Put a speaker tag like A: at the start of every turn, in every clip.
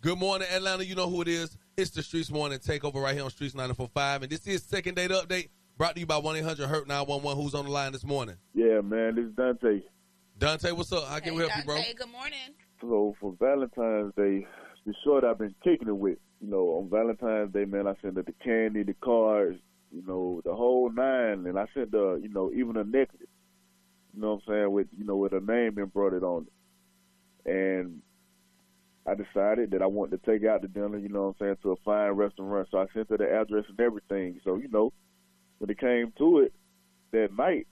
A: Good morning, Atlanta. You know who it is. It's the Streets Morning Takeover right here on Streets 945. And this is Second Date Update brought to you by 1 800 Hurt 911. Who's on the line this morning?
B: Yeah, man, this is Dante.
A: Dante, what's up? How can we help you, bro?
C: Hey, good morning.
B: So for Valentine's Day, the short I've been kicking it with, you know, on Valentine's Day, man, I sent her the candy, the cards, you know, the whole nine, and I sent her, you know, even a necklace. You know what I'm saying? With you know, with her name embroidered on it. And I decided that I wanted to take out the dinner, you know what I'm saying, to a fine restaurant. So I sent her the address and everything. So, you know, when it came to it that night,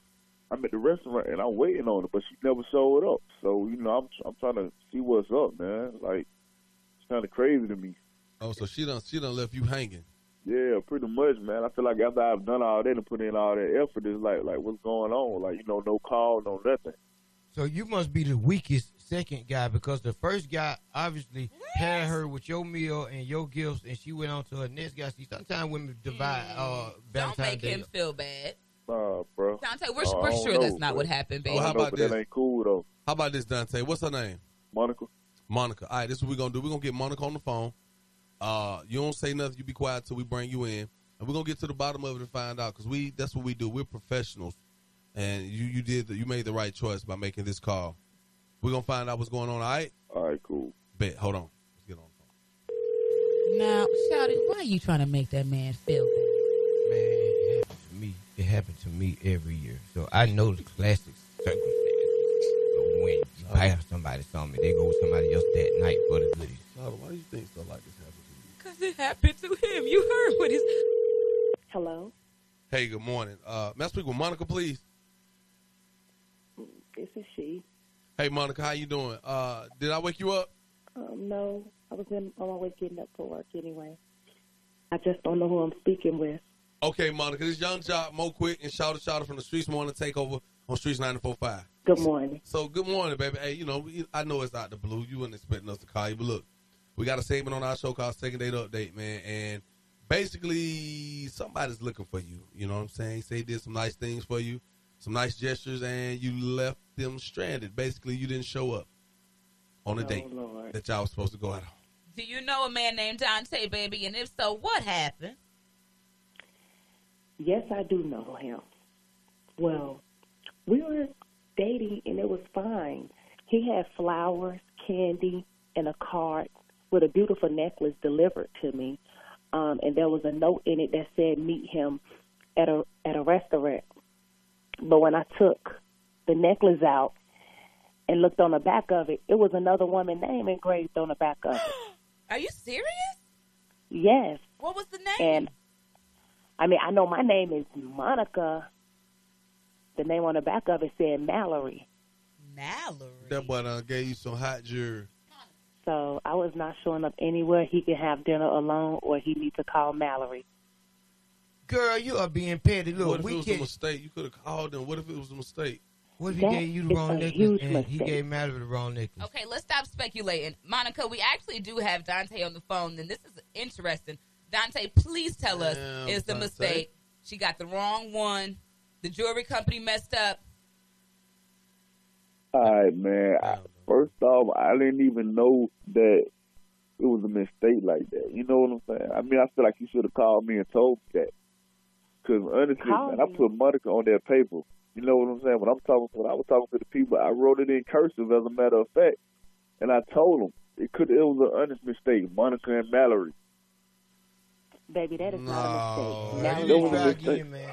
B: I'm at the restaurant and I'm waiting on her, but she never showed up. So, you know, I'm I'm trying to see what's up, man. Like it's kinda crazy to me.
A: Oh, so she done, she done left you hanging.
B: Yeah, pretty much, man. I feel like after I've done all that and put in all that effort, it's like like what's going on? Like, you know, no call, no nothing.
D: So you must be the weakest second guy because the first guy obviously paired
C: Yes.
D: her with your meal and your gifts, and she went on to her next guy. See, sometimes women divide uh, Valentine's
C: Mm. Don't make
D: Day.
C: him feel bad.
B: Nah, bro.
C: Dante, we're,
B: Oh, I
C: we're
B: don't
C: sure
B: know,
C: that's not
B: bro.
C: what happened,
B: I
C: babe.
A: Well, Oh, how
B: don't know,
A: about
B: but
A: this?
B: That ain't cool though.
A: How about this, Dante? What's her name?
B: Monica.
A: Monica. All right, this is what we're gonna do. We're gonna get Monica on the phone. Uh, you don't say nothing. You be quiet till we bring you in, and we're gonna get to the bottom of it and find out because we that's what we do. We're professionals, and you you did the, you made the right choice by making this call. We're gonna find out what's going on. All right,
B: All right, cool.
A: bet. Hold on. Let's get on. the phone.
C: Now, shout it. Why are you trying to make that man feel bad?
D: Man, it happened to me. It happened to me every year, so I know the classic circumstances. So when you buy somebody something, they go with somebody else that night for the goodies.
A: Lada, why do you think stuff like this happens? to
C: Because it happened to him. You heard what his.
E: Hello,
A: you? Hey, good morning. Uh, may I speak with Monica, please?
E: this is she.
A: Hey, Monica, how you doing? Uh, did I wake you up?
E: Um, no, I was in, on my way getting up for work anyway. I just don't know who I'm speaking with.
A: Okay, Monica, this is Young Job, Mo Quick, and Shouter Shouter from the Streets Morning Takeover on Streets 945.
E: Good morning.
A: So good morning, baby. Hey, you know, we, I know it's out the blue. You weren't expecting us to call you, but look, we got a segment on our show called Second Date Update, man. And basically, somebody's looking for you. You know what I'm saying? Say did some nice things for you, some nice gestures, and you left them stranded. Basically, you didn't show up on a date
E: Oh, Lord.
A: that y'all was supposed to go out on.
C: Do you know a man named Dante, baby? And if so, what happened?
E: Yes, I do know him. Well, we were dating and it was fine. He had flowers, candy, and a card with a beautiful necklace delivered to me. Um, and there was a note in it that said, meet him at a, at a restaurant. But when I took the necklace out and looked on the back of it, it was another woman's name engraved on the back of it.
C: Are you serious?
E: Yes.
C: What was the name?
E: And I mean, I know my name is Monica. The name on the back of it said Mallory.
C: Mallory.
A: That boy done gave you some hot jewelry.
E: So I was not showing up anywhere. He can have dinner alone or he needs to call Mallory.
D: Girl, you are being petty. Look,
A: What if
D: we
A: it was a
D: can't.
A: mistake? You could have called them. What if it was a mistake?
D: What if he
E: That
D: gave you the
E: is a
D: wrong necklace
E: huge
D: and he
E: mistake.
D: gave Mallory the wrong necklace?
C: Okay, let's stop speculating. Monica, we actually do have Dante on the phone, and this is interesting. Dante, please tell us
A: Damn,
C: is the
A: Dante.
C: mistake. She got the wrong one. The jewelry company messed up.
B: All right, man. I, first off, I didn't even know that it was a mistake like that. You know what I'm saying? I mean, I feel like you should have called me and told me that. Because honestly,
E: Call
B: man, I
E: me.
B: put Monica on that paper. You know what I'm saying? When I'm talking, when I was talking to the people, I wrote it in cursive, as a matter of fact, and I told them it could. It was an honest mistake, Monica and Mallory.
E: Baby, that is not
A: No.
D: Now
E: a mistake. Mallory,
D: you
B: That
D: didn't
B: was a
D: try
B: mistake.
D: again, man.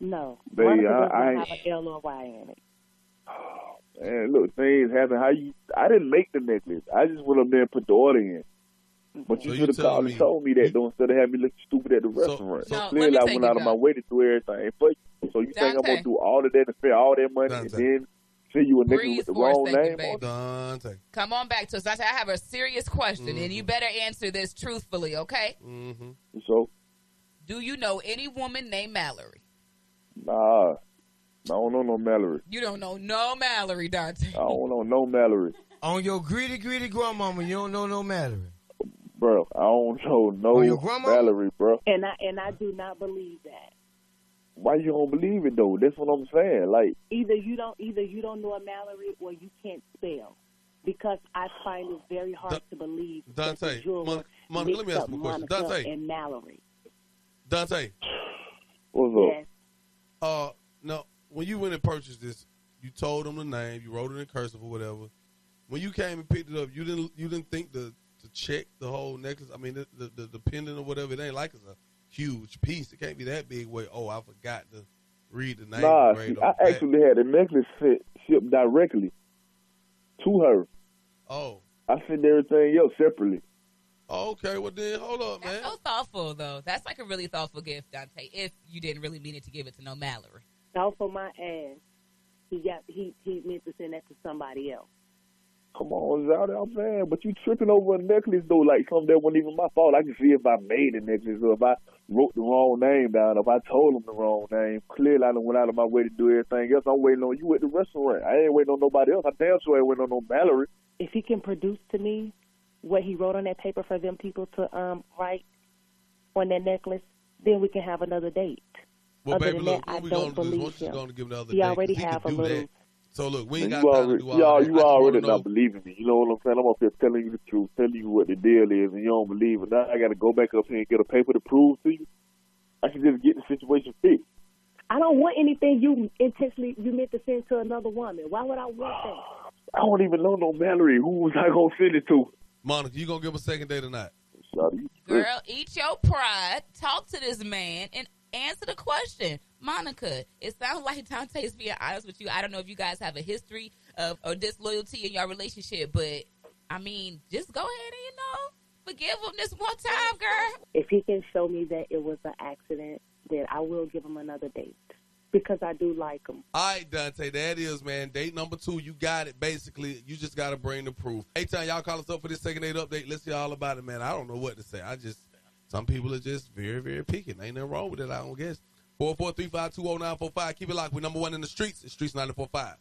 E: no.
B: Baby,
E: Monica
B: I-
E: does not
B: I-
E: have an L or Y in it.
B: And look, things happen. How you? I didn't make the necklace. I just would have been put the order in. But you
A: So you
B: should have
A: telling
B: called
A: me-
B: and told me that, though, instead of having me look stupid at the
A: So-
B: restaurant.
C: so- No, let
B: clearly,
C: me
B: I
C: take
B: went
C: it
B: out of my
C: back.
B: way to do everything for you. So you think I'm
C: Dante.
B: gonna do all of that and spend all that money
A: Dante.
B: and then send you a nigga
C: Breathe
B: with the
C: for a
B: wrong
C: second,
B: name?
C: babe.
B: on it?
A: Dante.
C: Come on back to us. Dante, I have a serious question, and you better answer this truthfully, okay?
A: Mm-hmm.
B: So
C: Do you know any woman named Mallory?
B: nah, I don't know no Mallory.
C: You don't know no Mallory, Dante.
B: I don't know no Mallory,
D: On your greedy, greedy grandmama, you don't know no Mallory.
B: bro. I don't know
D: Oh, your
B: no
D: grandma?
B: Mallory, bro.
E: And I and I do not believe that.
B: Why you don't believe it though? That's what I'm saying. Like
E: Either you don't either you don't know a Mallory or you can't spell. because I find it very hard
A: Da-
E: to believe that the
A: Dante,
E: juror
A: Mon- Monica, let
E: mixed
A: me ask
E: up
A: you a question.
E: Monica
A: Dante.
E: and Mallory.
A: Dante,
B: What's up?
E: Yes,
A: uh, no, when you went and purchased this, you told them the name, you wrote it in cursive or whatever. When you came and picked it up, you didn't you didn't think to to check the whole necklace. I mean, the the, the, the pendant or whatever. It ain't like it's a huge piece. It can't be that big. Way. Oh, I forgot to read the name.
B: Nah,
A: engraved
B: see,
A: on
B: I
A: the back.
B: actually had the necklace sent, shipped directly to her.
A: Oh,
B: I sent everything else separately.
A: oh, okay. Well then, hold up, man.
C: That's so thoughtful, though. That's like a really thoughtful gift, Dante. If you didn't really mean it to give it to no Mallory.
E: off of my ass. He got he he meant to send that to somebody else.
B: Come on, Zouda, I'm saying, but you tripping over a necklace though, like something that wasn't even my fault. I can see if I made the necklace or if I wrote the wrong name down, if I told them the wrong name. Clearly, I done went out of my way to do everything else. I'm waiting on you at the restaurant. I ain't waiting on nobody else. I damn sure ain't waiting on no Mallory.
E: If he can produce to me what he wrote on that paper for them people to um write on that necklace, then we can have another date.
A: Well,
E: Other
A: baby,
E: than
A: look,
E: that,
A: what
E: I
A: we gonna
E: don't
A: do is
E: believe
A: once she's
E: him.
A: gonna give another
E: He
A: date, 'cause
E: already
A: he can
E: have a
A: do that.
E: little.
A: So look, we ain't
B: Man,
A: got
B: you
A: time to
B: already,
A: do all
B: you,
A: that.
B: all,
A: I
B: you
A: just wanna
B: already
A: know-
B: not believing me. You know what I'm saying? I'm up here telling you the truth, telling you what the deal is, and you don't believe it. Now I got to go back up here and get a paper to prove to you. I can just get the situation fixed.
E: I don't want anything you intentionally you meant to send to another woman. Why would I want that?
B: I don't even know no Mallory. Who was I gonna send it to?
A: Monica, you gonna give him a second date or not?
B: Shawty, you tripping.
C: Girl, eat your pride. Talk to this man and answer the question. Monica, it sounds like Dante's being honest with you. I don't know if you guys have a history of or disloyalty in your relationship, but I mean, just go ahead and you know forgive him this one time, girl.
E: If he can show me that it was an accident, then I will give him another date because I do like him.
A: All right, Dante, that is, man. Date number two, you got it. Basically, you just got to bring the proof. Hey, time y'all call us up for this second date update. Let's hear all about it, man. I don't know what to say. I just, some people are just very, very picky. Ain't nothing oh wrong with it, I don't guess. 443 520 Keep it locked. We're number one in the streets. It's Streets 945.